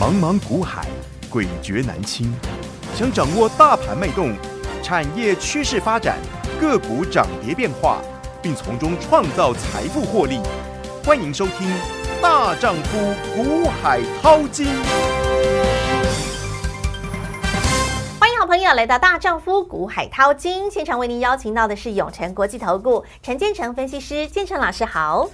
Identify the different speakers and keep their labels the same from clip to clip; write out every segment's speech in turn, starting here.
Speaker 1: 茫茫股海，诡谲难清。想掌握大盘脉动、产业趋势发展、个股涨跌变化，并从中创造财富获利，欢迎收听《大丈夫股海淘金》。
Speaker 2: 欢迎好朋友来到《大丈夫股海淘金》现场，为您邀请到的是永诚国际投顾陈建成分析师，建成老师好。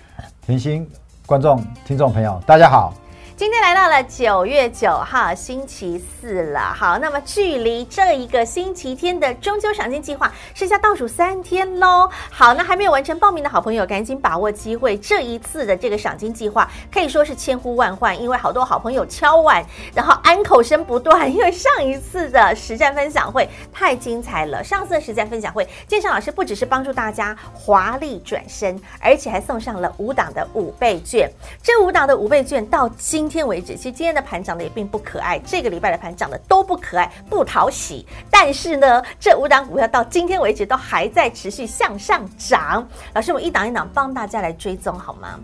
Speaker 3: 甜心观众、听众朋友，大家好。
Speaker 2: 今天来到了九月九号星期四了，好，那么距离这一个星期天的中秋赏金计划剩下倒数三天喽。好，那还没有完成报名的好朋友，赶紧把握机会，这一次的这个赏金计划可以说是千呼万唤，因为好多好朋友敲碗，然后安口声不断，因为上一次的实战分享会太精彩了，上次的实战分享会，建成老师不只是帮助大家华丽转身，而且还送上了五档的五倍券。这五档的五倍券到今天为止，其实今天的盘涨得也并不可爱，这个礼拜的盘涨得都不可爱，不讨喜。但是呢，这五档股票到今天为止都还在持续向上涨。老师，我们一档一档帮大家来追踪好吗？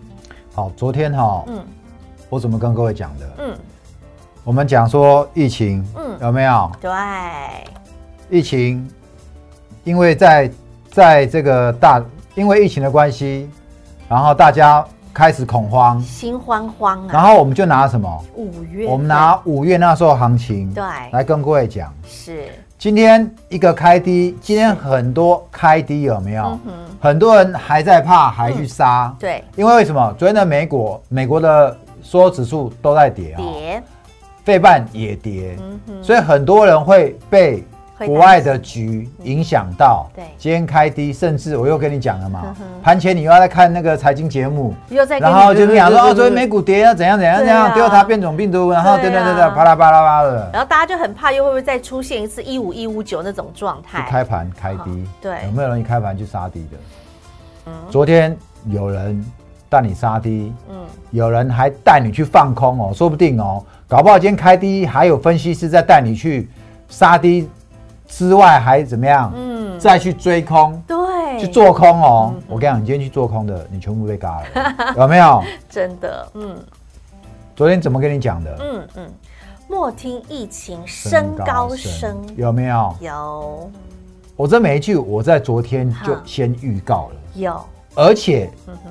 Speaker 3: 好，昨天哈、
Speaker 2: 嗯
Speaker 3: 我怎么跟各位讲的？
Speaker 2: 嗯，
Speaker 3: 我们讲说疫情，
Speaker 2: 嗯
Speaker 3: 有没有
Speaker 2: 对，
Speaker 3: 疫情？因为在在这个大，因为疫情的关系，然后大家开始恐慌，
Speaker 2: 心慌慌
Speaker 3: 然
Speaker 2: 啊。
Speaker 3: 后我们就拿什么？
Speaker 2: 嗯五月份，
Speaker 3: 我们拿五月那时候行情，
Speaker 2: 对
Speaker 3: 来跟各位讲。
Speaker 2: 是，
Speaker 3: 今天一个开低，今天很多开低有没有？
Speaker 2: 嗯哼，
Speaker 3: 很多人还在怕，还去杀。
Speaker 2: 对，
Speaker 3: 因为为什么？昨天的美股，美国的所有指数都在跌啊、哦，
Speaker 2: 跌，
Speaker 3: 费半也跌，
Speaker 2: 嗯哼，
Speaker 3: 所以很多人会被
Speaker 2: 会
Speaker 3: 国外的局影响到。
Speaker 2: 对
Speaker 3: 今天开低，甚至我又跟你讲了嘛
Speaker 2: 嗯哼，
Speaker 3: 盘前你又要在看那个财经节目，
Speaker 2: 又在跟
Speaker 3: 然
Speaker 2: 你
Speaker 3: 后就跟你讲说，哦，昨天美股跌啊，怎样怎样怎样，
Speaker 2: 对啊
Speaker 3: 丢它变种病毒，然后
Speaker 2: 对啊啊
Speaker 3: 等等等等，啪啦啪啦啪啦的，
Speaker 2: 然后大家就很怕，又会不会再出现一次一五一五九那种状
Speaker 3: 就
Speaker 2: 态？
Speaker 3: 开盘开低
Speaker 2: 好，哦对
Speaker 3: 有没有人一开盘就杀低的？昨天有人带你杀低，
Speaker 2: 嗯，
Speaker 3: 有人还带你去放空哦，说不定哦，搞不好今天开低还有分析师在带你去杀低之外，还怎么样？
Speaker 2: 嗯
Speaker 3: 再去追空。
Speaker 2: 对，嗯
Speaker 3: 去做空哦！我跟你讲，你今天去做空的，你全部被嘎了， 有没有？
Speaker 2: 真的，嗯
Speaker 3: 昨天怎么跟你讲的？
Speaker 2: 嗯嗯，莫听疫情升高声，
Speaker 3: 有没有？
Speaker 2: 有
Speaker 3: 我这每一句我在昨天就
Speaker 2: 好
Speaker 3: 先预告了，
Speaker 2: 有，
Speaker 3: 而且
Speaker 2: 嗯哼，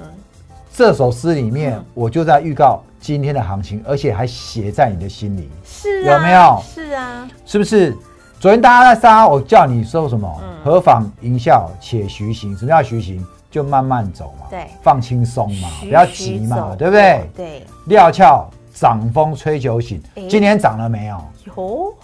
Speaker 3: 这首诗里面
Speaker 2: 嗯
Speaker 3: 我就在预告今天的行情，而且还写在你的心里。
Speaker 2: 是啊，
Speaker 3: 有没有
Speaker 2: 是啊，
Speaker 3: 是不是？昨天大家在杀，我叫你说什么？
Speaker 2: 嗯
Speaker 3: 何妨吟啸且徐行。什么叫徐行？就慢慢走嘛，
Speaker 2: 对
Speaker 3: 放轻松嗯嘛，
Speaker 2: 徐
Speaker 3: 不要
Speaker 2: 徐
Speaker 3: 急
Speaker 2: 走
Speaker 3: 嘛，对不对？
Speaker 2: 对，
Speaker 3: 料峭涨风吹酒醒
Speaker 2: 诶，
Speaker 3: 今天涨了没有？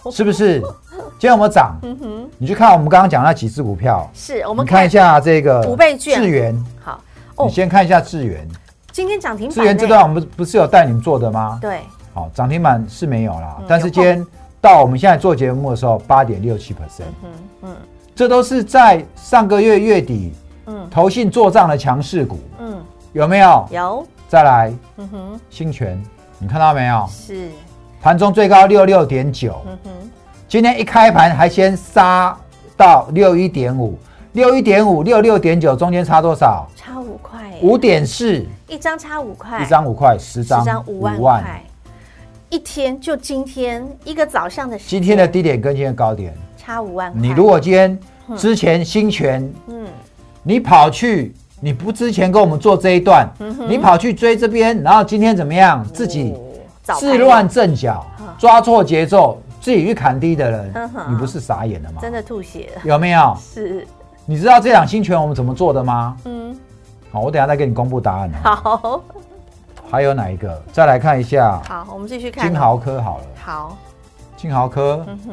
Speaker 2: 有，
Speaker 3: 是 不是？今天有没有涨？
Speaker 2: 嗯哼，
Speaker 3: 你去看我们刚刚讲那几只股票，
Speaker 2: 是我
Speaker 3: 我
Speaker 2: 们
Speaker 3: 看
Speaker 2: 看
Speaker 3: 一下这个
Speaker 2: 五倍券
Speaker 3: 智源，
Speaker 2: 好
Speaker 3: 你
Speaker 2: 哦，
Speaker 3: 先看一下智源。
Speaker 2: 今天涨停板
Speaker 3: 智源这
Speaker 2: 呢
Speaker 3: 段我们不不是有带你们做的吗？
Speaker 2: 对
Speaker 3: 好，涨停板是没有啦
Speaker 2: 嗯，
Speaker 3: 但是今天到我们现在做节目的时候，八点六七 percent。
Speaker 2: 嗯嗯
Speaker 3: 这都是在上个月月底
Speaker 2: 嗯
Speaker 3: 投信做账的强势股，
Speaker 2: 嗯，
Speaker 3: 有没有？
Speaker 2: 有，
Speaker 3: 再来
Speaker 2: 嗯哼，
Speaker 3: 新权，你看到没有？
Speaker 2: 是，
Speaker 3: 盘中最高六六点九，
Speaker 2: 嗯哼，
Speaker 3: 今天一开盘还先杀到六一点五，六一点五，六六点九，中间差多少？
Speaker 2: 差五块耶，
Speaker 3: 五点四，
Speaker 2: 一张差五块，
Speaker 3: 一张五块，
Speaker 2: 十
Speaker 3: 十张
Speaker 2: 张五万块，一天就今天一个早上的时间
Speaker 3: 今天的低点跟今天的高点，
Speaker 2: 差五万块，
Speaker 3: 你如果今天之前新权
Speaker 2: 嗯
Speaker 3: 你跑去，你不之前跟我们做这一段，
Speaker 2: 嗯
Speaker 3: 你跑去追这边，然后今天怎么样？自己
Speaker 2: 哦早
Speaker 3: 自乱
Speaker 2: 盘
Speaker 3: 阵脚
Speaker 2: 嗯，
Speaker 3: 抓错节奏，自己去砍低的人
Speaker 2: 嗯哼，
Speaker 3: 你不是傻眼了吗？
Speaker 2: 真的吐血了，
Speaker 3: 有没有？
Speaker 2: 是
Speaker 3: 你知道这两新权我们怎么做的吗？
Speaker 2: 嗯
Speaker 3: 好，我等一下再给你公布答案哦。
Speaker 2: 好
Speaker 3: 还有哪一个？再来看一下
Speaker 2: 好，我们继续看
Speaker 3: 金豪科好了，
Speaker 2: 好
Speaker 3: 金豪科，
Speaker 2: 嗯哼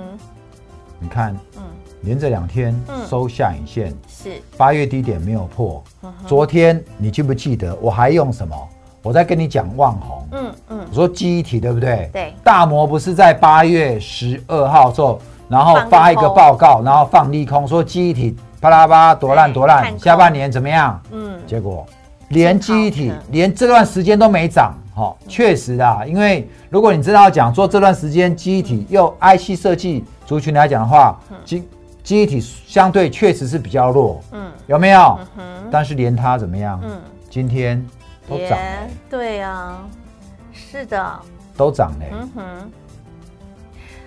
Speaker 3: 你看
Speaker 2: 嗯
Speaker 3: 连着两天
Speaker 2: 嗯
Speaker 3: 收下影线，
Speaker 2: 是
Speaker 3: 八月低点没有破
Speaker 2: 嗯。
Speaker 3: 昨天你记不记得我还用什么？我在跟你讲万红。
Speaker 2: 嗯嗯
Speaker 3: 我说记忆体对不对？
Speaker 2: 对
Speaker 3: 大摩不是在八月十二号之后，然后发一个报告，然后放利空，说记忆体啪啦啪啦多烂
Speaker 2: 对
Speaker 3: 多
Speaker 2: 嗯看
Speaker 3: 烂，
Speaker 2: 空
Speaker 3: 下半年怎么样？
Speaker 2: 嗯
Speaker 3: 结果连记忆体
Speaker 2: 嗯
Speaker 3: 连这段时间都没涨，哈、哦，确实啊，因为如果你知道讲说这段时间记忆体又 IC 设计族群来讲的话，记记忆体相对确实是比较弱，
Speaker 2: 嗯
Speaker 3: 有没有？
Speaker 2: 嗯哼
Speaker 3: 但是连它怎么样？
Speaker 2: 嗯
Speaker 3: 今天都涨了，
Speaker 2: 对啊是的
Speaker 3: 都涨嘞。
Speaker 2: 嗯哼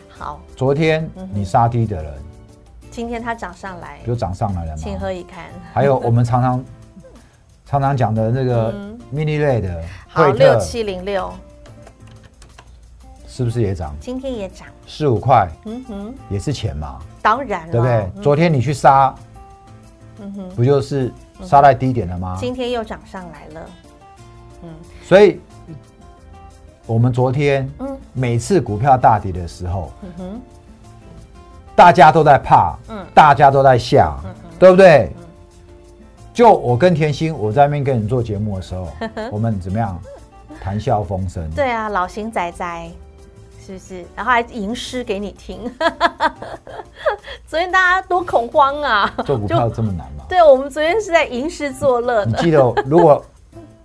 Speaker 2: 好，
Speaker 3: 昨天
Speaker 2: 嗯
Speaker 3: 你杀低的人，
Speaker 2: 今天它涨上来，
Speaker 3: 有涨上来了
Speaker 2: 情
Speaker 3: 吗？
Speaker 2: 何以堪？
Speaker 3: 还有我们常常常常讲的那个
Speaker 2: 嗯
Speaker 3: mini 类的
Speaker 2: 好，
Speaker 3: 惠
Speaker 2: 六
Speaker 3: 特，
Speaker 2: 七零六
Speaker 3: 是不是也涨
Speaker 2: 今天也涨，
Speaker 3: 四五块？
Speaker 2: 嗯哼，
Speaker 3: 也是钱嘛，
Speaker 2: 当然了，
Speaker 3: 对不对？
Speaker 2: 嗯
Speaker 3: 昨天你去杀，
Speaker 2: 嗯哼，
Speaker 3: 不就是杀在低点了吗？
Speaker 2: 今天又涨上来了，
Speaker 3: 所以，我们昨天
Speaker 2: 嗯
Speaker 3: 每次股票大跌的时候，
Speaker 2: 嗯哼，
Speaker 3: 大家都在怕，
Speaker 2: 嗯
Speaker 3: 大家都在吓，对不对？就我跟甜心，我在那边跟你做节目的 时候，我们怎么样？谈笑风生，
Speaker 2: 对啊，老型仔仔是不是？然后还吟诗给你听， 昨天大家多恐慌啊！
Speaker 3: 做股票这么难吗？
Speaker 2: 对，我们昨天是在吟诗作乐
Speaker 3: 你
Speaker 2: 的，
Speaker 3: 记得，如果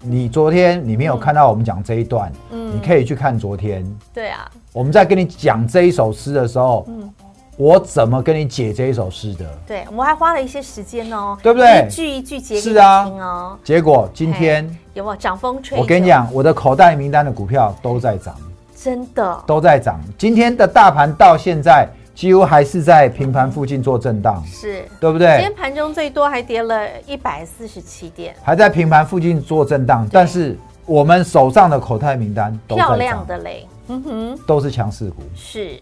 Speaker 3: 你昨天你没有看到我们讲这一段，
Speaker 2: 嗯
Speaker 3: 你可以去看昨天
Speaker 2: 对啊，
Speaker 3: 我们在跟你讲这一首诗的时候，
Speaker 2: 嗯
Speaker 3: 我怎么跟你解这一首诗的？
Speaker 2: 对，我们还花了一些时间哦，
Speaker 3: 对不对
Speaker 2: 一句一句解给
Speaker 3: 是
Speaker 2: 你
Speaker 3: 啊
Speaker 2: 听哦，
Speaker 3: 结果今天
Speaker 2: 嘿有没有涨风吹？
Speaker 3: 我跟你，讲，我的口袋名单的股票都在涨，
Speaker 2: 真的，
Speaker 3: 都在涨。今天的大盘到现在几乎还是在平盘附近做震荡，
Speaker 2: 是。
Speaker 3: 对不
Speaker 2: 今
Speaker 3: 对
Speaker 2: 天？盘中最多还跌了一百四十七点，
Speaker 3: 还在平盘附近做震荡，但是我们手上的口袋名单都
Speaker 2: 漂
Speaker 3: 在
Speaker 2: 亮
Speaker 3: 涨，
Speaker 2: 的嘞，嗯哼，
Speaker 3: 都是强势股，
Speaker 2: 是，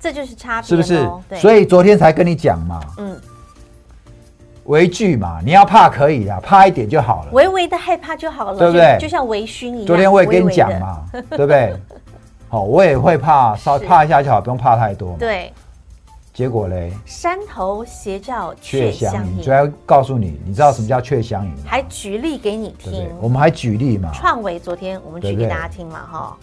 Speaker 2: 这就是差别、哦，
Speaker 3: 是不是？
Speaker 2: 对，
Speaker 3: 所
Speaker 2: 以，
Speaker 3: 以昨天才跟你讲嘛，
Speaker 2: 嗯，
Speaker 3: 微惧嘛，你要怕可以啦，怕一点就好了。
Speaker 2: 微微的害怕就好了，
Speaker 3: 对不对
Speaker 2: 就就像微醺一样。
Speaker 3: 昨天我也跟你讲
Speaker 2: 微微
Speaker 3: 嘛，对 不对？好，我也会怕，稍
Speaker 2: 是
Speaker 3: 怕一下就好，不用怕太多嘛
Speaker 2: 的，。对，
Speaker 3: 结果嘞，
Speaker 2: 山头斜照
Speaker 3: 却
Speaker 2: 却
Speaker 3: 相
Speaker 2: 相
Speaker 3: 迎。昨
Speaker 2: 迎，
Speaker 3: 天告诉你，你知道什么叫却相迎吗？
Speaker 2: 还举例给你
Speaker 3: 对不对
Speaker 2: 听？。
Speaker 3: 我们还举例嘛，
Speaker 2: 创维昨天我们举
Speaker 3: 对
Speaker 2: 给
Speaker 3: 不对
Speaker 2: 大家听嘛，哈，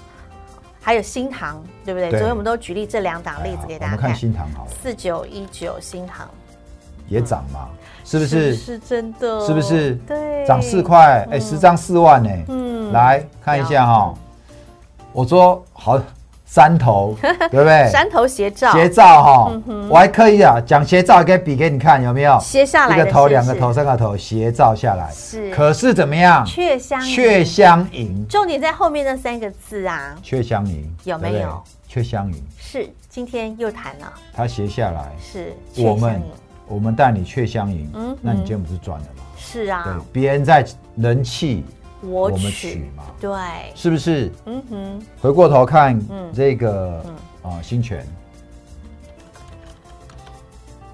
Speaker 2: 还有新塘，对不对？昨
Speaker 3: 对
Speaker 2: 天我们都举例这两档
Speaker 3: 哎
Speaker 2: 例
Speaker 3: 呀
Speaker 2: 子给
Speaker 3: 我
Speaker 2: 大家
Speaker 3: 们看
Speaker 2: 看。
Speaker 3: 新塘好了，
Speaker 2: 四九一九新塘
Speaker 3: 也涨嘛，是不是？
Speaker 2: 嗯是真的，
Speaker 3: 是不是
Speaker 2: 对，
Speaker 3: 涨四。块，哎，十张四万呢。
Speaker 2: 嗯
Speaker 3: 来看一下哈，我说好山 头，对不对？
Speaker 2: 山头嗯斜照，
Speaker 3: 斜照哈，我还刻意啊讲斜照，给比给你看有没有？
Speaker 2: 斜下来
Speaker 3: 一
Speaker 2: 的
Speaker 3: 个头、
Speaker 2: 是不
Speaker 3: 两
Speaker 2: 是
Speaker 3: 个头、三个头，斜照下来。
Speaker 2: 是
Speaker 3: 可是怎么样？
Speaker 2: 却相迎
Speaker 3: 却相迎，
Speaker 2: 重点在后面那三个字啊，
Speaker 3: 却相迎，
Speaker 2: 有没有
Speaker 3: 对不对？却相迎，
Speaker 2: 是今天又谈了，
Speaker 3: 它斜下来，
Speaker 2: 是却
Speaker 3: 我们
Speaker 2: 相迎
Speaker 3: 我们带你却相迎
Speaker 2: 嗯哼，
Speaker 3: 那你今天不是赚了吗？
Speaker 2: 是啊
Speaker 3: 对，，别人在人气，
Speaker 2: 我
Speaker 3: 我们
Speaker 2: 取
Speaker 3: 取嘛
Speaker 2: 对，
Speaker 3: 是不是？
Speaker 2: 嗯哼，
Speaker 3: 回过头看
Speaker 2: 嗯
Speaker 3: 这个啊，新权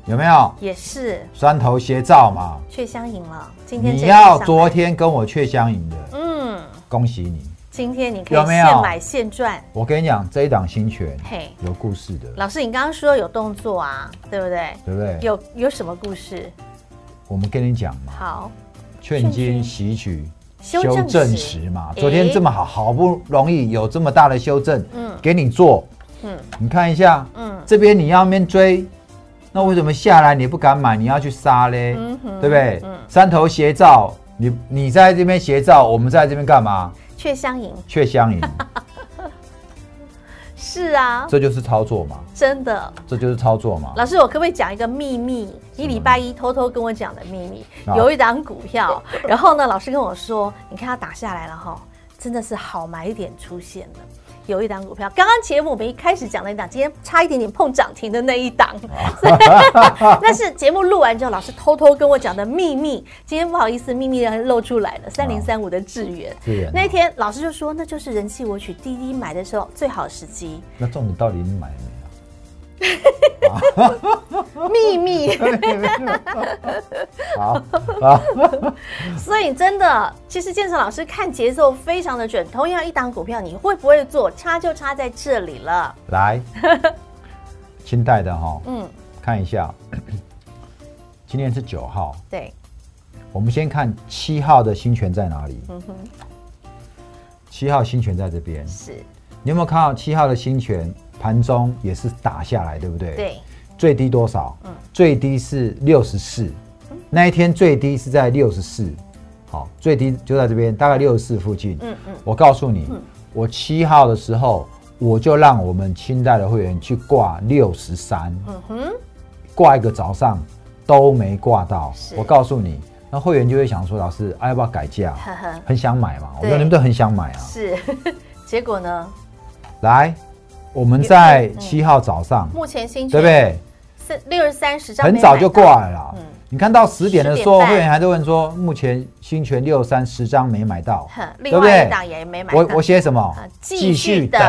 Speaker 3: 有没有
Speaker 2: 也是
Speaker 3: 山头斜照嘛？
Speaker 2: 却相迎了。今天
Speaker 3: 你
Speaker 2: 这一
Speaker 3: 要
Speaker 2: 上来
Speaker 3: 昨天跟我却相迎的，
Speaker 2: 嗯，
Speaker 3: 恭喜你！
Speaker 2: 今天你可以
Speaker 3: 有没有
Speaker 2: 现买现赚。
Speaker 3: 我跟你讲，这一档新权
Speaker 2: 嘿，
Speaker 3: 有故事的，
Speaker 2: 老师，你刚刚说有动作啊，对不对？
Speaker 3: 对不对？
Speaker 2: 有有什么故事？
Speaker 3: 我们跟你讲嘛，
Speaker 2: 好，
Speaker 3: 劝君喜曲
Speaker 2: 修
Speaker 3: 修
Speaker 2: 正
Speaker 3: 正
Speaker 2: 时
Speaker 3: 时嘛。
Speaker 2: 诶
Speaker 3: 昨天这么好，好不容易有这么大的修正，
Speaker 2: 嗯
Speaker 3: 给你做，
Speaker 2: 嗯
Speaker 3: 你看一下，
Speaker 2: 嗯，
Speaker 3: 这边你要面追，那为什么下来你不敢买，你要去杀嘞？
Speaker 2: 嗯哼
Speaker 3: 对不对
Speaker 2: 嗯？
Speaker 3: 山头斜照，你你在这边斜照，我们在这边干嘛？
Speaker 2: 却相迎
Speaker 3: 却相 迎，
Speaker 2: 是啊，
Speaker 3: 这就是操作嘛，
Speaker 2: 真的。
Speaker 3: 这就是操作嘛。
Speaker 2: 老师，我可不可以讲一个秘密？你礼拜一偷偷跟我讲的秘密，
Speaker 3: 啊
Speaker 2: 有一档股票，然后呢，老师跟我说，你看它打下来了哈，真的是好买点出现了。有一档股票，刚刚节目我们一开始讲那一档，今天差一点点碰涨停的那一档，所以那是节目录完之后，老师偷偷跟我讲的秘密。今天不好意思，秘密露出来了，三零三五的智源。
Speaker 3: 资源啊
Speaker 2: 那一天老师就说，那就是人气我取滴滴买的时候最好时机，
Speaker 3: 那重点到底你买了没啊？
Speaker 2: 秘密。
Speaker 3: 好啊，
Speaker 2: 所以真的，其实建成老师看节奏非常的准。同样一档股票，你会不会做，差就差在这里了。
Speaker 3: 来，清代的哈、
Speaker 2: 嗯，
Speaker 3: 看一下，今天是九号，
Speaker 2: 对，
Speaker 3: 我们先看七号的新权在哪里？
Speaker 2: 嗯哼，
Speaker 3: 七号新权在这边，
Speaker 2: 是，
Speaker 3: 你有没有看到七号的新权盘中也是打下来，对不对？，
Speaker 2: 对，嗯
Speaker 3: 最低多少？最低是六十四，那一天最低是在六十四，好，最低就在这边，大概六十四附近。
Speaker 2: 嗯嗯，
Speaker 3: 我告诉你，我七号的时候，我就让我们清代的会员去挂六十三，
Speaker 2: 嗯哼，
Speaker 3: 挂一个早上都没挂到
Speaker 2: 是。
Speaker 3: 我告诉你，那会员就会想说，老师，啊、要不要 改价？
Speaker 2: 呵呵，
Speaker 3: 很想买嘛，我
Speaker 2: 对
Speaker 3: 说你们都很想买啊。
Speaker 2: 是。结果呢？
Speaker 3: 来，我们在七号早上，
Speaker 2: 嗯目前新
Speaker 3: 对不对？
Speaker 2: 四六十三十张，
Speaker 3: 很早就挂了啦。
Speaker 2: 嗯
Speaker 3: 你看到十点的时候，
Speaker 2: 10点半
Speaker 3: 会员还在问说，目前新权六三十张没买到
Speaker 2: 哼，，
Speaker 3: 对
Speaker 2: 另
Speaker 3: 不
Speaker 2: 外一
Speaker 3: 对？
Speaker 2: 档也没买到，
Speaker 3: 我我写什么
Speaker 2: 啊？继续等，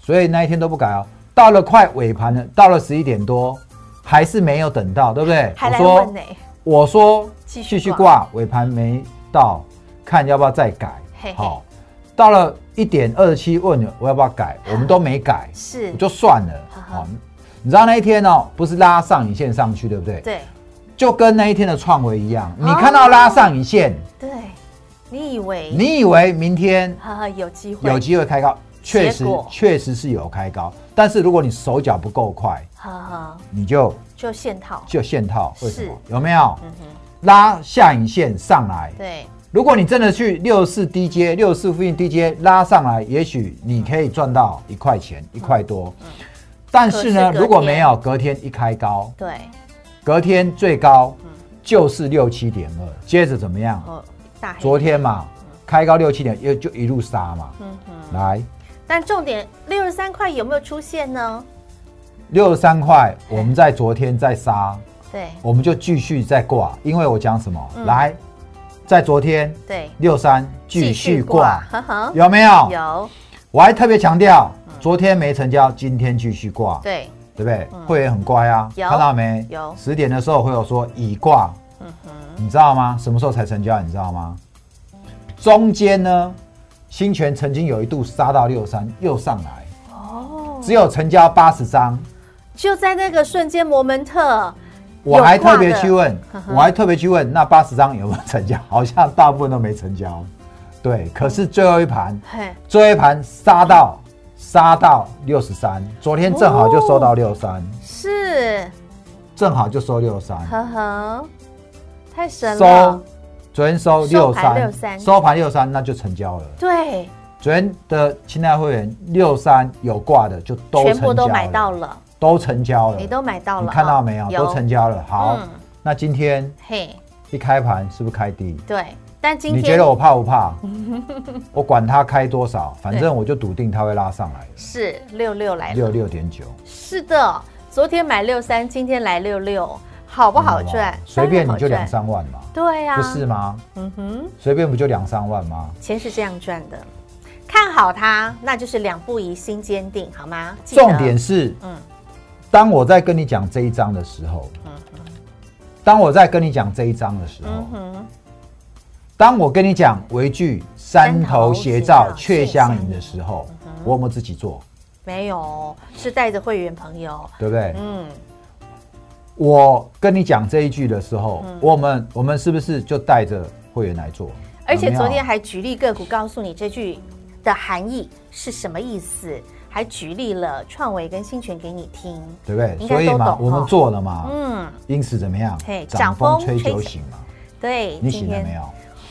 Speaker 3: 所以那一天都不改哦。到了快尾盘了，到了十一点多，还是没有等到，对不对？
Speaker 2: 还来问呢、
Speaker 3: 我说
Speaker 2: 继续
Speaker 3: 继续
Speaker 2: 挂
Speaker 3: 挂，尾盘没到，看要不要再改
Speaker 2: 嘿嘿。
Speaker 3: 好，到了一点二十七问我要不要改，我们都没改，
Speaker 2: 啊是
Speaker 3: 我，就算了。
Speaker 2: 呵呵
Speaker 3: 好，你知道那一天哦，不是拉上影线上去，对不对？
Speaker 2: 对
Speaker 3: 就跟那一天的创维一样，你
Speaker 2: 哦
Speaker 3: 看到拉上影线，
Speaker 2: 对，你以为
Speaker 3: 你以为明天
Speaker 2: 呵呵有机哎会
Speaker 3: 有机会开高，确
Speaker 2: 结
Speaker 3: 实
Speaker 2: 果
Speaker 3: 确实是有开高，但是如果你手脚不够快，
Speaker 2: 呵呵
Speaker 3: 你就
Speaker 2: 就限套，
Speaker 3: 就限套，为什么？
Speaker 2: 是
Speaker 3: 有没有
Speaker 2: 嗯哼，
Speaker 3: 拉下影线上来？
Speaker 2: 对，
Speaker 3: 如果你真的去六四低阶、六四附近低阶拉上来，也许你可以赚到一块钱、一块多。但是
Speaker 2: 嗯可是隔
Speaker 3: 呢，
Speaker 2: 天
Speaker 3: 如果没有隔天一开高，
Speaker 2: 对，
Speaker 3: 隔天最高就是六七点二，接着怎么样？
Speaker 2: 哦，大黑，
Speaker 3: 昨天嘛，开高六七点，又就一路杀嘛。
Speaker 2: 嗯哼，
Speaker 3: 来，
Speaker 2: 但重点六十三块有没有出现呢？
Speaker 3: 六十三块，我们在昨天再杀，
Speaker 2: 对
Speaker 3: 我们就继续再挂，因为我讲什么？
Speaker 2: 嗯
Speaker 3: 来，在昨天
Speaker 2: 对，
Speaker 3: 六三继续挂，
Speaker 2: 呵呵，
Speaker 3: 有没有？
Speaker 2: 有，
Speaker 3: 我还特别强调，昨天没成交，今天继续挂，
Speaker 2: 嗯对，
Speaker 3: 对不对
Speaker 2: 嗯？
Speaker 3: 会员很乖啊，
Speaker 2: 有
Speaker 3: 看到没？
Speaker 2: 有
Speaker 3: 十点的时候会有说已挂，
Speaker 2: 嗯哼，
Speaker 3: 你知道吗？什么时候才成交？你知道吗？中间呢，新权曾经有一度杀到六三，又上来，
Speaker 2: 哦，
Speaker 3: 只有成交八十张。
Speaker 2: 就在那个瞬间，摩门特，
Speaker 3: 我还特别去问
Speaker 2: 呵，呵
Speaker 3: 我还特别去问，那八十张有没有成交？ 好像大部分都没成交。对，可是最后一盘，
Speaker 2: 嘿，
Speaker 3: 最后一盘杀到杀到六十三，昨天正好就收到六三、
Speaker 2: 哦是，
Speaker 3: 正好就收六三，
Speaker 2: 呵呵，太神了
Speaker 3: 收，昨天
Speaker 2: 收
Speaker 3: 收六
Speaker 2: 盘
Speaker 3: 三
Speaker 2: 63，
Speaker 3: 收盘六三，那就成交了。
Speaker 2: 对，
Speaker 3: 昨天的清代会员六三有挂的就都
Speaker 2: 全部
Speaker 3: 成
Speaker 2: 都
Speaker 3: 交
Speaker 2: 买到
Speaker 3: 了，
Speaker 2: 了，
Speaker 3: 都成交了，
Speaker 2: 你都买到
Speaker 3: 你
Speaker 2: 了，
Speaker 3: 看到
Speaker 2: 哦
Speaker 3: 没有？都成，交了。好，
Speaker 2: 嗯
Speaker 3: 那今天
Speaker 2: 嘿，
Speaker 3: 一开盘是不是开低？
Speaker 2: 对，但今
Speaker 3: 你觉
Speaker 2: 天
Speaker 3: 得我怕不 怕？我管它开多少，反
Speaker 2: 对
Speaker 3: 正我就笃定它会拉上来，
Speaker 2: 是六六来了，
Speaker 3: 六六点九，
Speaker 2: 是的，昨天买六三，今天来六六，好不好
Speaker 3: 你知道吗
Speaker 2: 赚？
Speaker 3: 嗯随便
Speaker 2: 当然
Speaker 3: 你
Speaker 2: 好
Speaker 3: 就两
Speaker 2: 赚，
Speaker 3: 三万嘛，
Speaker 2: 对呀，
Speaker 3: 不是，吗？
Speaker 2: 嗯哼。
Speaker 3: 随便不就两三万吗？
Speaker 2: 钱是这样赚的，看好它，那就是两步一心坚定，好吗？记得
Speaker 3: 重点，是，
Speaker 2: 嗯
Speaker 3: 当我在跟你讲这一章的时候，当我在跟你讲这一章的时候，
Speaker 2: 嗯哼，
Speaker 3: 当我跟你讲围句
Speaker 2: 山
Speaker 3: 山
Speaker 2: 头
Speaker 3: 头
Speaker 2: 斜
Speaker 3: 斜
Speaker 2: 照嗯
Speaker 3: 照
Speaker 2: 却
Speaker 3: 却
Speaker 2: 相
Speaker 3: 相
Speaker 2: 迎
Speaker 3: 迎的时候，我有没有自己做？
Speaker 2: 嗯没有，是带着会员朋友，
Speaker 3: 对不对？
Speaker 2: 嗯，
Speaker 3: 我跟你讲这一句的时候，
Speaker 2: 嗯
Speaker 3: 我们我们是不是就带着会员来做？
Speaker 2: 而且
Speaker 3: 有没有
Speaker 2: 昨天还举例个股，告诉你这句的含义是什么意思，还举例了创维跟新权给你听，
Speaker 3: 对不对？
Speaker 2: 应该
Speaker 3: 所以
Speaker 2: 都
Speaker 3: 嘛，
Speaker 2: 懂
Speaker 3: 我们
Speaker 2: 哦
Speaker 3: 做了嘛，
Speaker 2: 嗯，
Speaker 3: 因此怎么样
Speaker 2: 嘿？
Speaker 3: 掌
Speaker 2: 掌
Speaker 3: 风
Speaker 2: 风
Speaker 3: 吹
Speaker 2: 吹
Speaker 3: 酒
Speaker 2: 酒
Speaker 3: 醒嘛，
Speaker 2: 对，
Speaker 3: 你醒了没？有？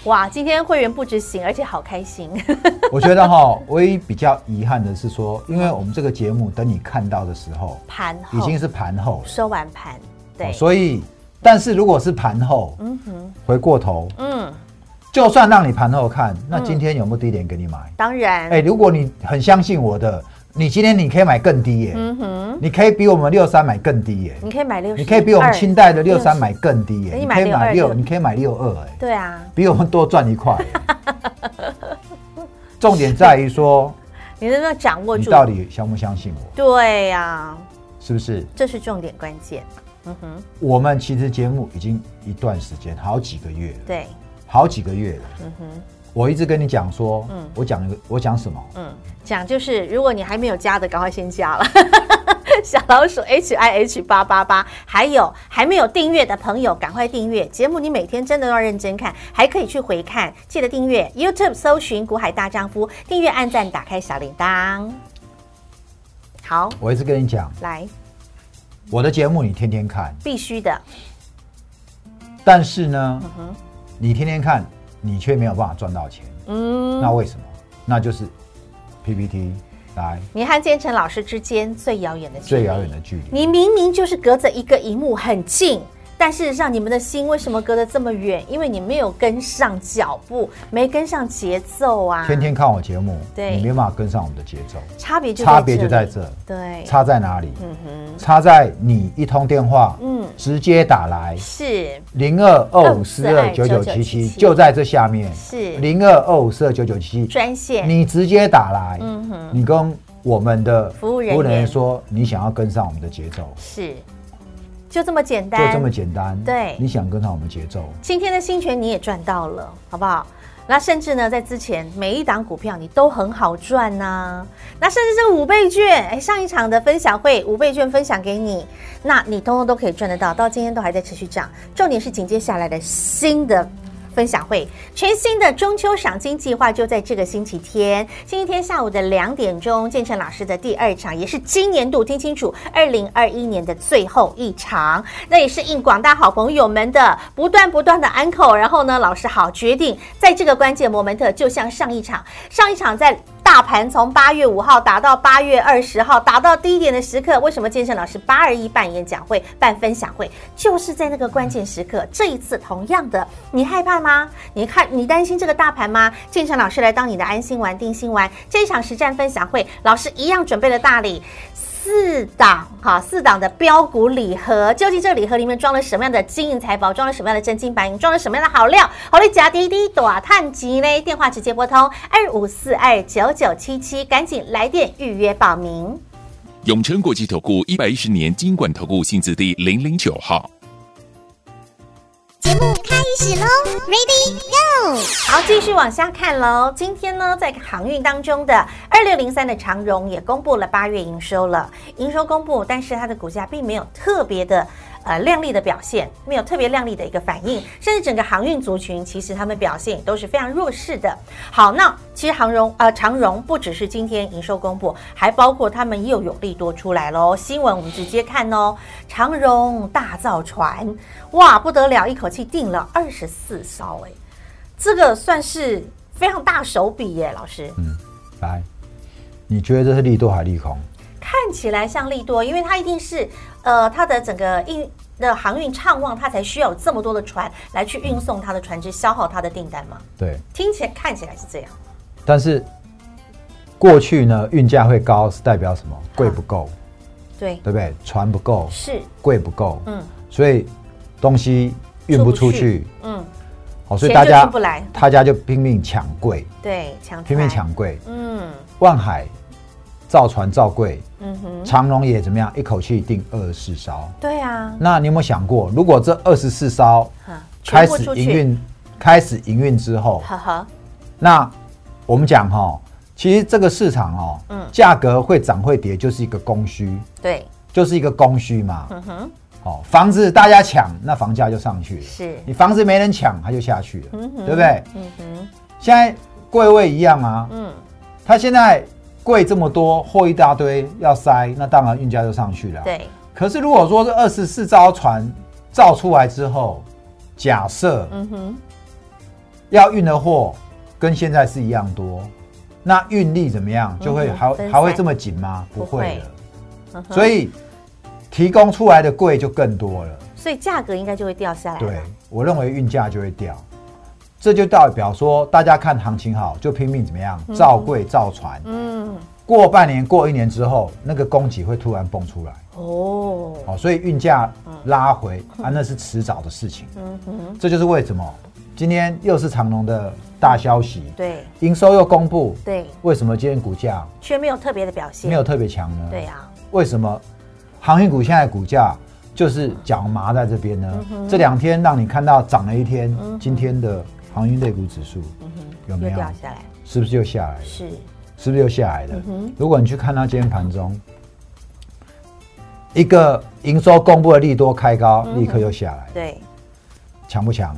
Speaker 2: 哇，今天会员不止醒，而且好开心，
Speaker 3: 我觉得哈，唯一比较遗憾的是说，因为我们这个节目等你看到的时候，
Speaker 2: 盘后
Speaker 3: 已经是哦盘后了，
Speaker 2: 收完盘，对，
Speaker 3: 所以，但是如果是盘后，
Speaker 2: 嗯哼，
Speaker 3: 回过头，
Speaker 2: 嗯，
Speaker 3: 就算让你盘后看，那今天有没有低点给你买？
Speaker 2: 当然，
Speaker 3: 哎，如果你很相信我的，你今天你可以买更低耶，
Speaker 2: 嗯哼，
Speaker 3: 你可以比我们六三买更低耶，
Speaker 2: 你可以买六，
Speaker 3: 你可以比我们清代的六三买更低耶，
Speaker 2: 可以
Speaker 3: 你
Speaker 2: 买
Speaker 3: 可以买
Speaker 2: 六二
Speaker 3: 六，你可以买六二哎。
Speaker 2: 对啊，
Speaker 3: 比我们多赚 一块。重点在于说，
Speaker 2: 你能不能掌握
Speaker 3: 你
Speaker 2: 住？
Speaker 3: 到底相不相信我？
Speaker 2: 对呀、
Speaker 3: 是不是？
Speaker 2: 这是重点关键。嗯哼，
Speaker 3: 我们其实节目已经一段时间，好几个月了，
Speaker 2: 对，
Speaker 3: 好几个月了。
Speaker 2: 嗯哼，
Speaker 3: 我一直跟你讲说，
Speaker 2: 嗯
Speaker 3: 我讲一个，我讲什么？
Speaker 2: 嗯，讲就是，如果你还没有加的，赶快先加了。 小老鼠 H I H 八八八，还有还没有订阅的朋友，赶快订阅节目。你每天真的要认真看，还可以去回看，记得订阅 YouTube 搜寻“股海大丈夫”，订阅、按赞、打开小铃铛。好，
Speaker 3: 我一直跟你讲，
Speaker 2: 来，
Speaker 3: 我的节目你天天看，
Speaker 2: 必须的，
Speaker 3: 但是呢，
Speaker 2: 嗯哼
Speaker 3: 你天天看，你却没有办法赚到钱，
Speaker 2: 嗯。
Speaker 3: 那为什么？那就是 PPT 来
Speaker 2: 你和建成老师之间最遥远的距离，
Speaker 3: 最遥远的距离。
Speaker 2: 你明明就是隔着一个荧幕很近，但事实上，你们的心为什么隔得这么远？因为你没有跟上脚步，没跟上节奏啊。
Speaker 3: 天天看我节目，
Speaker 2: 对
Speaker 3: 你没办法跟上我们的节奏，
Speaker 2: 差别就
Speaker 3: 差别就在
Speaker 2: 里
Speaker 3: 这，
Speaker 2: 对，
Speaker 3: 差在哪里？
Speaker 2: 嗯哼，
Speaker 3: 差在你一通电话，
Speaker 2: 嗯
Speaker 3: 直接打来
Speaker 2: 是
Speaker 3: 零二二五四二九九七七，
Speaker 2: 252-9977
Speaker 3: 就在这下面
Speaker 2: 是
Speaker 3: 零二二五四二九九七七，
Speaker 2: 专线，
Speaker 3: 你直接打来，
Speaker 2: 嗯哼，
Speaker 3: 你跟我们的
Speaker 2: 服务人员
Speaker 3: 说你想要跟上我们的节奏，
Speaker 2: 是，就这么简
Speaker 3: 就
Speaker 2: 单，
Speaker 3: 这么简单。
Speaker 2: 对
Speaker 3: 你想跟上我们节奏，
Speaker 2: 今天的新权你也赚到了，好不好？那甚至呢，在之前每一档股票你都很好赚呐、那甚至这五倍券，哎，上一场的分享会五倍券分享给你，那你通通都可以赚得到，到今天都还在持续涨。重点是紧接下来的新的分享会，全新的中秋赏金计划就在这个星期天，星期天下午的两点钟，建成老师的第二场，也是今年度听清楚，二零二一年的最后一场，那也是应广大好朋友们的不断不断的安口，然后呢，老师好决定在这个关键 moment，就像上一场，上一场在。大盘从八月五号打到八月二十号，打到低点的时刻，为什么健身老师八二一办演讲会、办分享会，就是在那个关键时刻？这一次同样的，你害怕吗？你看，你担心这个大盘吗？健身老师来当你的安心丸、定心丸。这一场实战分享会，老师一样准备了大礼。四档哈，四档的标股礼盒，究竟这个礼盒里面装了什么样的金银财宝，装了什么样的真金白银，装了什么样的好料？好嘞，夹滴滴短探集嘞，电话直接拨通二五四二九九七七，赶紧来电预约报名。
Speaker 4: 永诚国际投顾一百一十年金管投顾性质第零零九号。
Speaker 5: 节目开始喽，Ready Go！
Speaker 2: 好，继续往下看喽。今天呢，在航运当中的二六零三的长荣也公布了八月营收了，营收公布，但是它的股价并没有特别的。呃，亮丽的表现没有特别亮丽的一个反应，甚至整个航运族群其实他们表现也都是非常弱势的。好，那其实航荣呃长荣不只是今天营收公布，还包括他们又有利多出来喽。新闻我们直接看哦，长荣大造船，哇不得了，一口气订了二十四艘哎，这个算是非常大手笔耶，老师。
Speaker 3: 来，你觉得这是利多还利空？
Speaker 2: 看起来像利多，因为它一定是呃它的整个运的航运畅旺，它才需要有这么多的船来去运送它的船只，消耗它的订单嘛。
Speaker 3: 对，
Speaker 2: 听起来看起来是这样，
Speaker 3: 但是过去呢，运价会高是代表什么？贵不够，
Speaker 2: 对，
Speaker 3: 对不对？船不够，
Speaker 2: 是，
Speaker 3: 贵不够，
Speaker 2: 嗯，
Speaker 3: 所以东西运不出
Speaker 2: 出不
Speaker 3: 去，
Speaker 2: 嗯，
Speaker 3: 好，所以
Speaker 2: 钱
Speaker 3: 大
Speaker 2: 就
Speaker 3: 家
Speaker 2: 进不来，
Speaker 3: 大家就拼命抢贵，
Speaker 2: 对，抢
Speaker 3: 拼命
Speaker 2: 船，
Speaker 3: 抢贵。
Speaker 2: 嗯
Speaker 3: 万海造船造贵，
Speaker 2: 嗯哼，
Speaker 3: 长荣也怎么样？一口气订二十四艘。
Speaker 2: 对啊，
Speaker 3: 那你有没有想过，如果这二十四艘
Speaker 2: 哈，
Speaker 3: 开
Speaker 2: 全部
Speaker 3: 始
Speaker 2: 出
Speaker 3: 营
Speaker 2: 去，
Speaker 3: 运，开始营运之后，
Speaker 2: 呵呵，
Speaker 3: 那我们讲哈、其实这个市场哦，
Speaker 2: 嗯
Speaker 3: 价格会涨会跌，就是一个供需，
Speaker 2: 对，
Speaker 3: 就是一个供需嘛。
Speaker 2: 嗯哼，
Speaker 3: 哦，房子大家抢，那房价就上去了；
Speaker 2: 是，
Speaker 3: 你房子没人抢，它就下去了，
Speaker 2: 嗯哼
Speaker 3: 对不对？
Speaker 2: 嗯哼，
Speaker 3: 现在贵位一样啊，
Speaker 2: 嗯，
Speaker 3: 它现在贵这么多，货一大堆要塞，那当然运价就上去了。。
Speaker 2: 对，
Speaker 3: 可是如果说这二十四艘船造出来之后，假设
Speaker 2: 嗯哼，
Speaker 3: 要运的货跟现在是一样多，那运力怎么样？就会
Speaker 2: 嗯
Speaker 3: 还、
Speaker 2: 分散
Speaker 3: 还会这么紧吗？
Speaker 2: 不
Speaker 3: 不
Speaker 2: 会
Speaker 3: 会了。
Speaker 2: 嗯哼
Speaker 3: 所以提供出来的贵就更多了。
Speaker 2: 所以价格应该就会掉下来
Speaker 3: 对
Speaker 2: 了，，
Speaker 3: 我认为运价就会掉。这就代表说，大家看行情好，就拼命怎么样造贵造船。
Speaker 2: 嗯，
Speaker 3: 过半年、过一年之后，那个供给会突然蹦出来，
Speaker 2: 哦，
Speaker 3: 哦，所以运价拉回啊，那是迟早的事情。
Speaker 2: 嗯哼，
Speaker 3: 这就是为什么今天又是长隆的大消息，
Speaker 2: 对
Speaker 3: 营收又公布，
Speaker 2: 对，
Speaker 3: 为什么今天股价
Speaker 2: 却没有特别的表现，
Speaker 3: 没有，特别强呢？
Speaker 2: 对啊，
Speaker 3: 为什么航运股现在股价就是脚麻在这边
Speaker 2: 嗯
Speaker 3: 呢？这两天让你看到涨了一天，今天的航运类股指数有
Speaker 2: 嗯又
Speaker 3: 没有？
Speaker 2: 掉下来，
Speaker 3: 是不是又下来了？
Speaker 2: 是，
Speaker 3: 是不是又下来了？
Speaker 2: 嗯哼
Speaker 3: 如果你去看它今天盘中，一个营收公布的利多开高，
Speaker 2: 嗯
Speaker 3: 立刻又下来，
Speaker 2: 对，
Speaker 3: 强不强？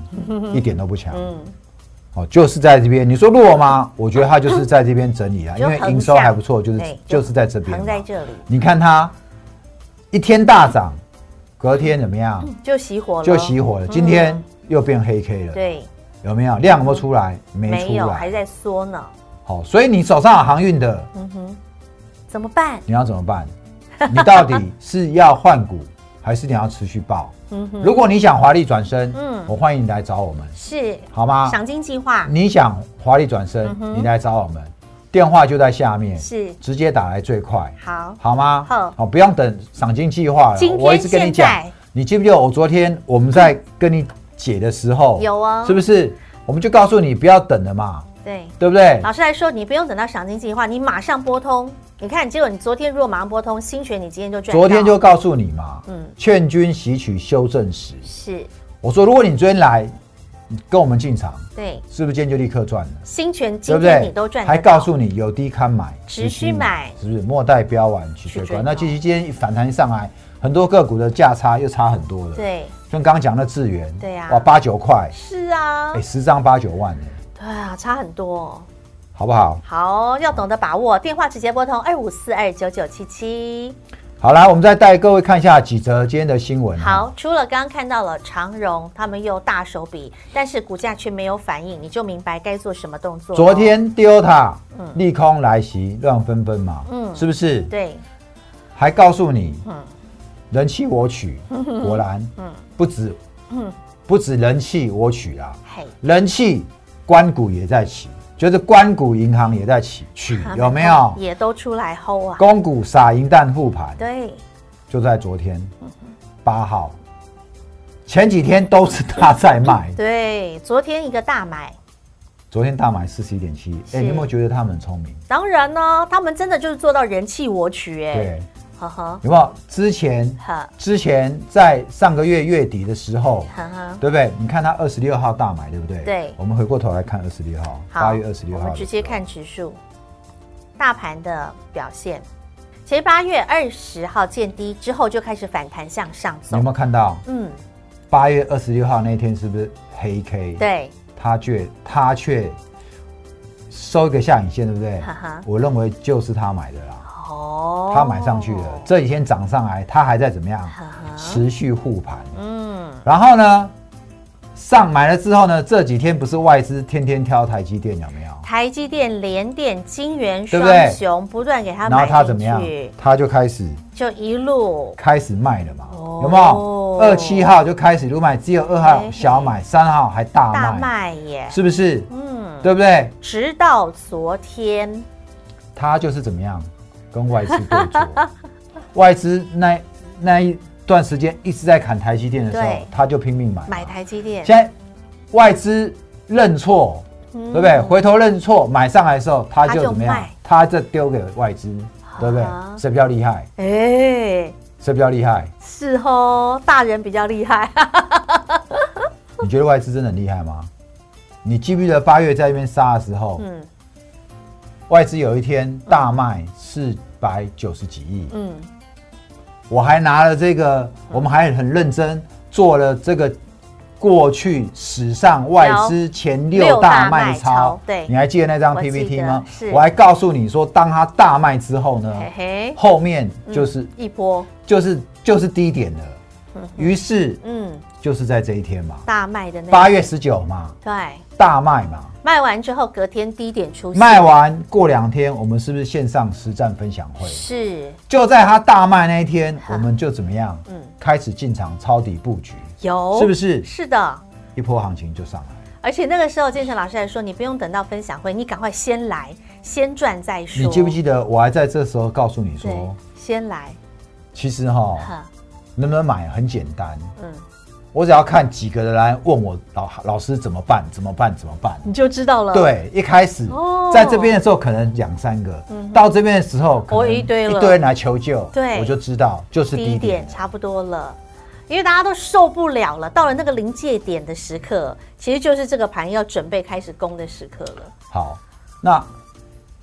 Speaker 3: 一点都不强。
Speaker 2: 嗯，
Speaker 3: 哦，就是在这边。你说弱吗？我觉得它就是在这边整理啊，
Speaker 2: 就
Speaker 3: 因为
Speaker 2: 横
Speaker 3: 营收
Speaker 2: 向
Speaker 3: 还不错，就是
Speaker 2: 对
Speaker 3: 就是在这边
Speaker 2: 横
Speaker 3: 嘛。
Speaker 2: 在这里
Speaker 3: 你看它一天大涨，隔天怎么样？
Speaker 2: 就熄火了，
Speaker 3: 就熄火了。今天
Speaker 2: 嗯
Speaker 3: 又变黑 K 了，
Speaker 2: 对，
Speaker 3: 有没有量有没有出来？没
Speaker 2: 没
Speaker 3: 出
Speaker 2: 有，还
Speaker 3: 来。
Speaker 2: 在缩呢，
Speaker 3: 好，所以你手上有航运的，
Speaker 2: 嗯哼，怎么办？
Speaker 3: 你要怎么办？你到底是要换股，还是你要持续报？
Speaker 2: 嗯哼
Speaker 3: 如果你想华丽转身，
Speaker 2: 嗯
Speaker 3: 我欢迎你来找我们，
Speaker 2: 是
Speaker 3: 好吗？
Speaker 2: 赏金计划
Speaker 3: 你想华丽转身
Speaker 2: 嗯，哼
Speaker 3: 你来找我们，电话就在下面，
Speaker 2: 是
Speaker 3: 直接打来最快，
Speaker 2: 好，
Speaker 3: 好吗？
Speaker 2: 好
Speaker 3: 好，不用等赏金计划了
Speaker 2: 今，天
Speaker 3: 我一直跟你讲
Speaker 2: 现在，
Speaker 3: 你记不记得我昨天我们在跟你解的时候，
Speaker 2: 有哦
Speaker 3: 是不是？我们就告诉你不要等了嘛，
Speaker 2: 对。
Speaker 3: 对不对？
Speaker 2: 老师来说，你不用等到赏金计划，你马上拨通。你看，结果你昨天如果马上拨通，新学你今天就赚到。
Speaker 3: 昨天就告诉你嘛，
Speaker 2: 嗯
Speaker 3: 劝君吸取修正时，
Speaker 2: 是
Speaker 3: 我说如果你昨天来你跟我们进场，
Speaker 2: 对
Speaker 3: 是不是今天就立刻赚了？
Speaker 2: 新权
Speaker 3: 对
Speaker 2: 今
Speaker 3: 不
Speaker 2: 天
Speaker 3: 对？
Speaker 2: 你都赚得到，
Speaker 3: 还告诉你有低看买，
Speaker 2: 只需买
Speaker 3: 是不是？莫代标完去追
Speaker 2: 去追高
Speaker 3: 高。那其实今天一反弹上来，很多个股的价差又差很多了。，
Speaker 2: 对
Speaker 3: 像刚刚讲的智源，
Speaker 2: 对啊
Speaker 3: 哇，八九块，
Speaker 2: 是啊
Speaker 3: 哎，，十张八九万呢，
Speaker 2: 对啊，差很多。
Speaker 3: 好不好？
Speaker 2: 好，要懂得把握，电话直接拨通二五四二九九七七。
Speaker 3: 好啦，我们再带各位看一下几则今天的新闻。啊
Speaker 2: 好，，除了刚刚看到了长荣，他们又大手笔，但是股价却没有反应，你就明白该做什么动作。
Speaker 3: 昨，天 Delta
Speaker 2: 嗯
Speaker 3: 利空来袭，乱纷纷嘛，
Speaker 2: 嗯
Speaker 3: 是不是？
Speaker 2: 对，
Speaker 3: 还告诉你
Speaker 2: 嗯，
Speaker 3: 人气我取，果然，
Speaker 2: 嗯
Speaker 3: 不止
Speaker 2: 嗯，
Speaker 3: 不止人气我取啦，
Speaker 2: 嘿，
Speaker 3: 人气关谷也在起，就是关谷银行也在起 取
Speaker 2: 他，们
Speaker 3: 有没有？
Speaker 2: 啊也都出来吼啊？
Speaker 3: 公股撒银弹护盘，
Speaker 2: 对，
Speaker 3: 就在昨天八号，前几天都是他在 卖，
Speaker 2: 对，昨天一个大买，
Speaker 3: 昨天大买四十一点七，
Speaker 2: 是
Speaker 3: 哎，你有没有觉得他们很聪明？
Speaker 2: 当然呢，他们真的就是做到人气我取、哎，
Speaker 3: 对，
Speaker 2: 呵呵，
Speaker 3: 有没有？之前
Speaker 2: 呵
Speaker 3: 之前在上个月月底的时候，
Speaker 2: 呵呵，
Speaker 3: 对不对？你看它二十六号大买，对不对？
Speaker 2: 对
Speaker 3: 我们回过头来看二十六号，
Speaker 2: 好，
Speaker 3: 八月二十六
Speaker 2: 我们
Speaker 3: 号的时候，
Speaker 2: 直接看指数，大盘的表现。其实八月二十号见低之后就开始反弹向上
Speaker 3: 你
Speaker 2: 走
Speaker 3: 有没，有看到
Speaker 2: 嗯，
Speaker 3: 八月二十六号那天是不是黑 K？，
Speaker 2: 对，
Speaker 3: 它却它却收一个下影线，对不对
Speaker 2: 哈哈？
Speaker 3: 我认为就是他买的啦，
Speaker 2: 哦，
Speaker 3: 他买上去了，这几天涨上来，它还在怎么样？
Speaker 2: 呵呵，
Speaker 3: 持续护盘。
Speaker 2: 嗯，
Speaker 3: 然后呢，上买了之后呢，这几天不是外资天天挑台积电有没有？
Speaker 2: 台积电、联电、金元
Speaker 3: 对
Speaker 2: 双
Speaker 3: 不对
Speaker 2: 雄不断给他
Speaker 3: 然后
Speaker 2: 买
Speaker 3: 它怎
Speaker 2: 进
Speaker 3: 么样
Speaker 2: 去，？
Speaker 3: 它就开始
Speaker 2: 就一路
Speaker 3: 开始卖了嘛，
Speaker 2: 哦
Speaker 3: 有没有？二七号就开始入卖，只有二
Speaker 2: 嘿嘿
Speaker 3: 号小买，三号还大卖，
Speaker 2: 大卖耶，
Speaker 3: 是不是？
Speaker 2: 嗯，
Speaker 3: 对不对？
Speaker 2: 直到昨天，
Speaker 3: 它就是怎么样跟外资对坐， 外资那那一段时间一直在砍台积电的时候
Speaker 2: 对，
Speaker 3: 它就拼命买嘛
Speaker 2: 买。台积电，
Speaker 3: 现在外资认错，
Speaker 2: 对
Speaker 3: 对不对？回头认错，买上来的时候，它
Speaker 2: 它
Speaker 3: 就
Speaker 2: 嗯就
Speaker 3: 怎么样
Speaker 2: 卖？
Speaker 3: 它就丢给外资，对不对
Speaker 2: 啊？
Speaker 3: 谁比较厉害？
Speaker 2: 哎，
Speaker 3: 谁比较厉 害？
Speaker 2: 是哦，大人比较厉害，
Speaker 3: 你觉得外资真的很厉害吗？你记不记得八月在那边杀的时候，
Speaker 2: 嗯
Speaker 3: 外资有一天大卖四百九十几亿，
Speaker 2: 嗯，
Speaker 3: 我还拿了这个，我们还很认真做了这个过去史上外资前六大
Speaker 2: 六大卖
Speaker 3: 卖
Speaker 2: 超
Speaker 3: 超。
Speaker 2: 对
Speaker 3: 你还记得那张
Speaker 2: 我记得
Speaker 3: PPT 吗？
Speaker 2: 是
Speaker 3: 我还告诉你说，当它大卖之后呢，
Speaker 2: 嘿嘿，
Speaker 3: 后面就是、
Speaker 2: 一波，
Speaker 3: 就是就是低点了，于是
Speaker 2: 嗯，
Speaker 3: 就是在这一天嘛，
Speaker 2: 大卖的那
Speaker 3: 八月十九嘛，
Speaker 2: 对，
Speaker 3: 大卖嘛。
Speaker 2: 卖完之后隔天低点出现，
Speaker 3: 卖完过两天，我们是不是线上实战分享会？
Speaker 2: 是
Speaker 3: 就在它大卖那一天，我们就怎么样？
Speaker 2: 嗯
Speaker 3: 开始进场抄底布局，
Speaker 2: 有，
Speaker 3: 是不？是
Speaker 2: 是的，
Speaker 3: 一波行情就上来？
Speaker 2: 而且那个时候建成老师还说，你不用等到分享会，你赶快先来，先赚再说。
Speaker 3: 你记不记得我还在这时候告诉你
Speaker 2: 哦对
Speaker 3: 说，，
Speaker 2: 先来，
Speaker 3: 其实哈，
Speaker 2: 哈，
Speaker 3: 能不能买很简单，
Speaker 2: 嗯，
Speaker 3: 我只要看几个人来问我老老师怎么办，怎么办，怎么办。
Speaker 2: 你就知道了。，
Speaker 3: 对，一开始
Speaker 2: 嗯哦嗯
Speaker 3: 在这边的时候可能两三个，到这边的时候可
Speaker 2: 哦
Speaker 3: 能
Speaker 2: 一堆了
Speaker 3: 一堆人来求救，
Speaker 2: 对
Speaker 3: 我就知道就是
Speaker 2: 低
Speaker 3: 低点
Speaker 2: 点。差不多了。因为大家都受不了了，到了那个临界点的时刻，其实就是这个盘要准备开始攻的时刻了。
Speaker 3: 好，那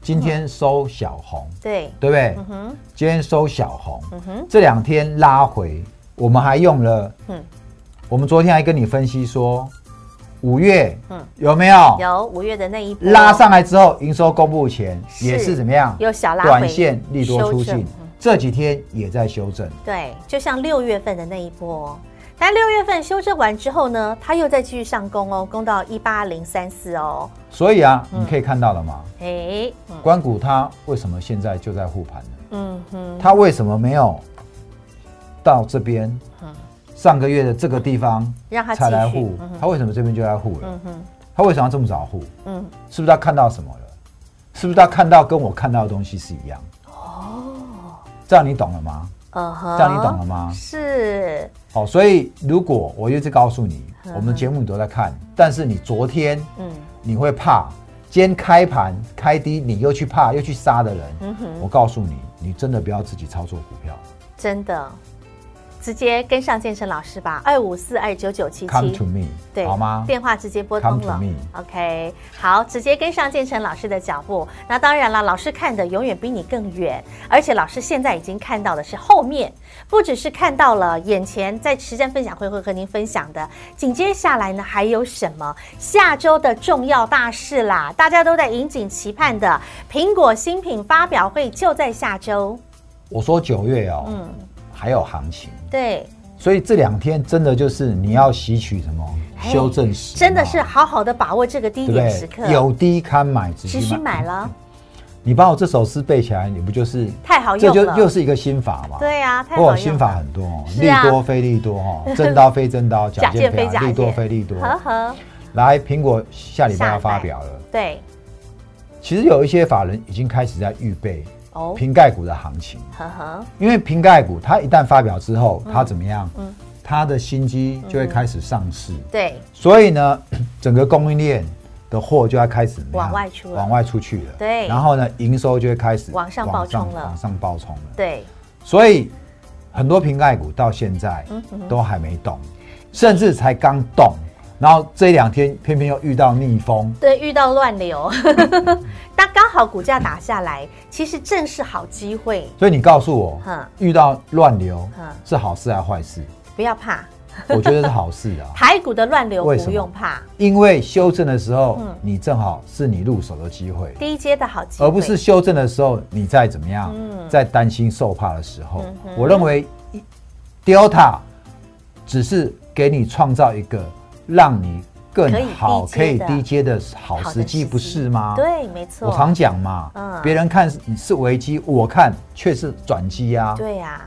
Speaker 3: 今天收小红，
Speaker 2: 对，
Speaker 3: 对不对？
Speaker 2: 嗯哼，
Speaker 3: 今天收小红，
Speaker 2: 嗯哼，
Speaker 3: 这两天拉回，我们还用了，
Speaker 2: 嗯
Speaker 3: 我们昨天还跟你分析说，五月，
Speaker 2: 嗯
Speaker 3: 有没有
Speaker 2: 有五月的那一波
Speaker 3: 拉上来之后，营收公布前
Speaker 2: 是
Speaker 3: 也是怎么样？
Speaker 2: 有小拉回
Speaker 3: 短线利多出
Speaker 2: 修正
Speaker 3: 尽
Speaker 2: 嗯，
Speaker 3: 这几天也在修正。
Speaker 2: 对，就像六月份的那一波，但六月份修正完之后呢，它又再继续上攻哦，攻到一八零三四哦，
Speaker 3: 所以啊，
Speaker 2: 嗯
Speaker 3: 你可以看到了吗？
Speaker 2: 哎，嗯
Speaker 3: 关谷它为什么现在就在护盘呢？
Speaker 2: 嗯哼，
Speaker 3: 它为什么没有到这边
Speaker 2: 嗯
Speaker 3: 上个月的这个地方
Speaker 2: 让它
Speaker 3: 才来
Speaker 2: 继续
Speaker 3: 护
Speaker 2: 嗯哼，
Speaker 3: 它为什么这边就来护了？
Speaker 2: 嗯哼，
Speaker 3: 它为什么要这么早护？
Speaker 2: 嗯，
Speaker 3: 是不是他看到什么了？是不是他看到跟我看到的东西是一样？哦，这样你懂了吗？
Speaker 2: 嗯哼，
Speaker 3: 这样你懂了吗
Speaker 2: 是，
Speaker 3: 哦，所以如果我一直告诉你
Speaker 2: 嗯，
Speaker 3: 我们节目你都在看，但是你昨天
Speaker 2: 嗯
Speaker 3: 你会怕，今天开盘开低你又去怕又去杀的人，
Speaker 2: 嗯哼。
Speaker 3: 我告诉你，你真的不要自己操作股票
Speaker 2: 真的，直接跟上健身老师吧，二五四二九九七
Speaker 3: ，Come to
Speaker 2: 七。
Speaker 3: me，
Speaker 2: 对，
Speaker 3: 好吗？
Speaker 2: 电话直接拨通
Speaker 3: Come to
Speaker 2: 了
Speaker 3: me。
Speaker 2: OK，好，直接跟上建成老师的脚步。那当然了，老师看的永远比你更远，而且老师现在已经看到的是后面，不只是看到了眼前在实战分享会会和您分享的，紧接下来呢还有什么下周的重要大事啦？大家都在引颈期盼的苹果新品发表会就在下周。
Speaker 3: 我说九月哦，
Speaker 2: 嗯
Speaker 3: 还有行情，
Speaker 2: 对，
Speaker 3: 所以这两天真的就是你要吸取什么
Speaker 2: 哎
Speaker 3: 修正时嘛，
Speaker 2: 真的是好好的把握这个低
Speaker 3: 对不
Speaker 2: 点时刻，
Speaker 3: 对？有低看买，只
Speaker 2: 只需买。了，
Speaker 3: 你把我这首诗背起来，你不就是
Speaker 2: 太好
Speaker 3: 这
Speaker 2: 用
Speaker 3: 就
Speaker 2: 了。
Speaker 3: 又是一个心法嘛？
Speaker 2: 对啊，太
Speaker 3: 不过
Speaker 2: 好
Speaker 3: 我心
Speaker 2: 用
Speaker 3: 法
Speaker 2: 了。
Speaker 3: 很多哦，
Speaker 2: 是
Speaker 3: 利
Speaker 2: 啊
Speaker 3: 多非利多 哈，真刀非真刀，假剑非
Speaker 2: 假
Speaker 3: 假，
Speaker 2: 剑
Speaker 3: 利多
Speaker 2: 假剑
Speaker 3: 非利多。
Speaker 2: 呵呵，
Speaker 3: 来，苹果下礼拜
Speaker 2: 下
Speaker 3: 要
Speaker 2: 礼拜
Speaker 3: 发表了，
Speaker 2: 对
Speaker 3: 其实有一些法人已经开始在预备
Speaker 2: 哦，
Speaker 3: 瓶盖股的行情，
Speaker 2: 呵呵，
Speaker 3: 因为瓶盖股它一旦发表之后，它怎么样
Speaker 2: 嗯？
Speaker 3: 它的新机就会开始上市，
Speaker 2: 对
Speaker 3: 所以呢， 整个供应链的货就要开始怎么样
Speaker 2: 往外出了
Speaker 3: 往外出去了。
Speaker 2: 对
Speaker 3: 然后呢，营收就会开始
Speaker 2: 往上爆冲
Speaker 3: 往上
Speaker 2: 了
Speaker 3: 往上爆冲了。
Speaker 2: 对，
Speaker 3: 所以很多瓶盖股到现在
Speaker 2: 嗯
Speaker 3: 都还没动，甚至才刚动，然后这两天偏偏又遇到逆风，
Speaker 2: 对，遇到乱 流，但刚好股价打下来，其实正是好机会，
Speaker 3: 所以你告诉我
Speaker 2: 哼，
Speaker 3: 遇到乱流
Speaker 2: 哼
Speaker 3: 是好事还是坏 事？
Speaker 2: 不要怕，，
Speaker 3: 我觉得是好事啊
Speaker 2: 台股的乱流
Speaker 3: 为什
Speaker 2: 不
Speaker 3: 么
Speaker 2: 用怕，
Speaker 3: 因为修正的时候
Speaker 2: 嗯，
Speaker 3: 你正好是你入手的机会，
Speaker 2: 低阶的好机会，
Speaker 3: 而不是修正的时候你在怎么样
Speaker 2: 嗯，
Speaker 3: 在担心受怕的时候
Speaker 2: 嗯，哼
Speaker 3: 我认为 Delta 只是给你创造一个让你更好
Speaker 2: 可
Speaker 3: 可
Speaker 2: 以低阶
Speaker 3: 以
Speaker 2: 的
Speaker 3: 低阶的好
Speaker 2: 好的
Speaker 3: 时机，不是吗？，
Speaker 2: 对，没错，
Speaker 3: 我常讲嘛
Speaker 2: 嗯，
Speaker 3: 别人看是危机，我看却是转机呀。
Speaker 2: 对呀，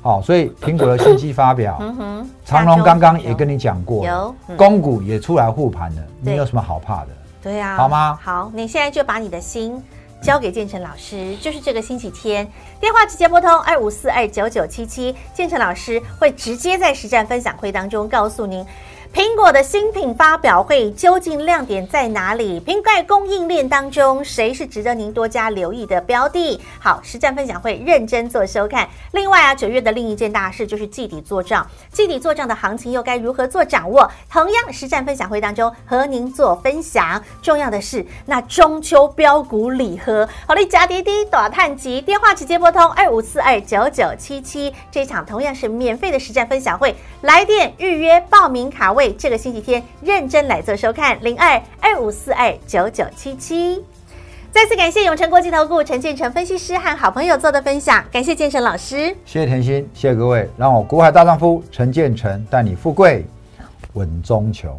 Speaker 3: 好，所以苹果的新机发表，
Speaker 2: 嗯哼，
Speaker 3: 长隆刚刚也
Speaker 2: 下周
Speaker 3: 跟你讲过了，
Speaker 2: 有嗯
Speaker 3: 公股也出来护盘了，
Speaker 2: 对
Speaker 3: 你有什么好怕的？
Speaker 2: 对呀、
Speaker 3: 好吗
Speaker 2: 好，你现在就把你的心交给建成老师，就是这个星期天，电话直接拨通二五四二九九七七，建成老师会直接在实战分享会当中告诉您。苹果的新品发表会究竟亮点在哪里？瓶盖供应链当中，谁是值得您多加留意的标的？好，实战分享会认真做收看。另外啊，九月的另一件大事就是季底做账，季底做账的行情又该如何做掌握？同样，实战分享会当中和您做分享。重要的是，那中秋标股礼盒，好嘞，夹滴滴短探集，电话直接拨通二五四二九九七七。这场同样是免费的实战分享会，来电预约报名卡位，这个星期天认真来做收看，零二二五四二九九七七。再次感谢永诚国际投顾陈建成分析师和好朋友做的分享，感谢建成老师。
Speaker 3: 谢谢甜心，谢谢各位，让我股海大丈夫陈建成带你富贵稳中求。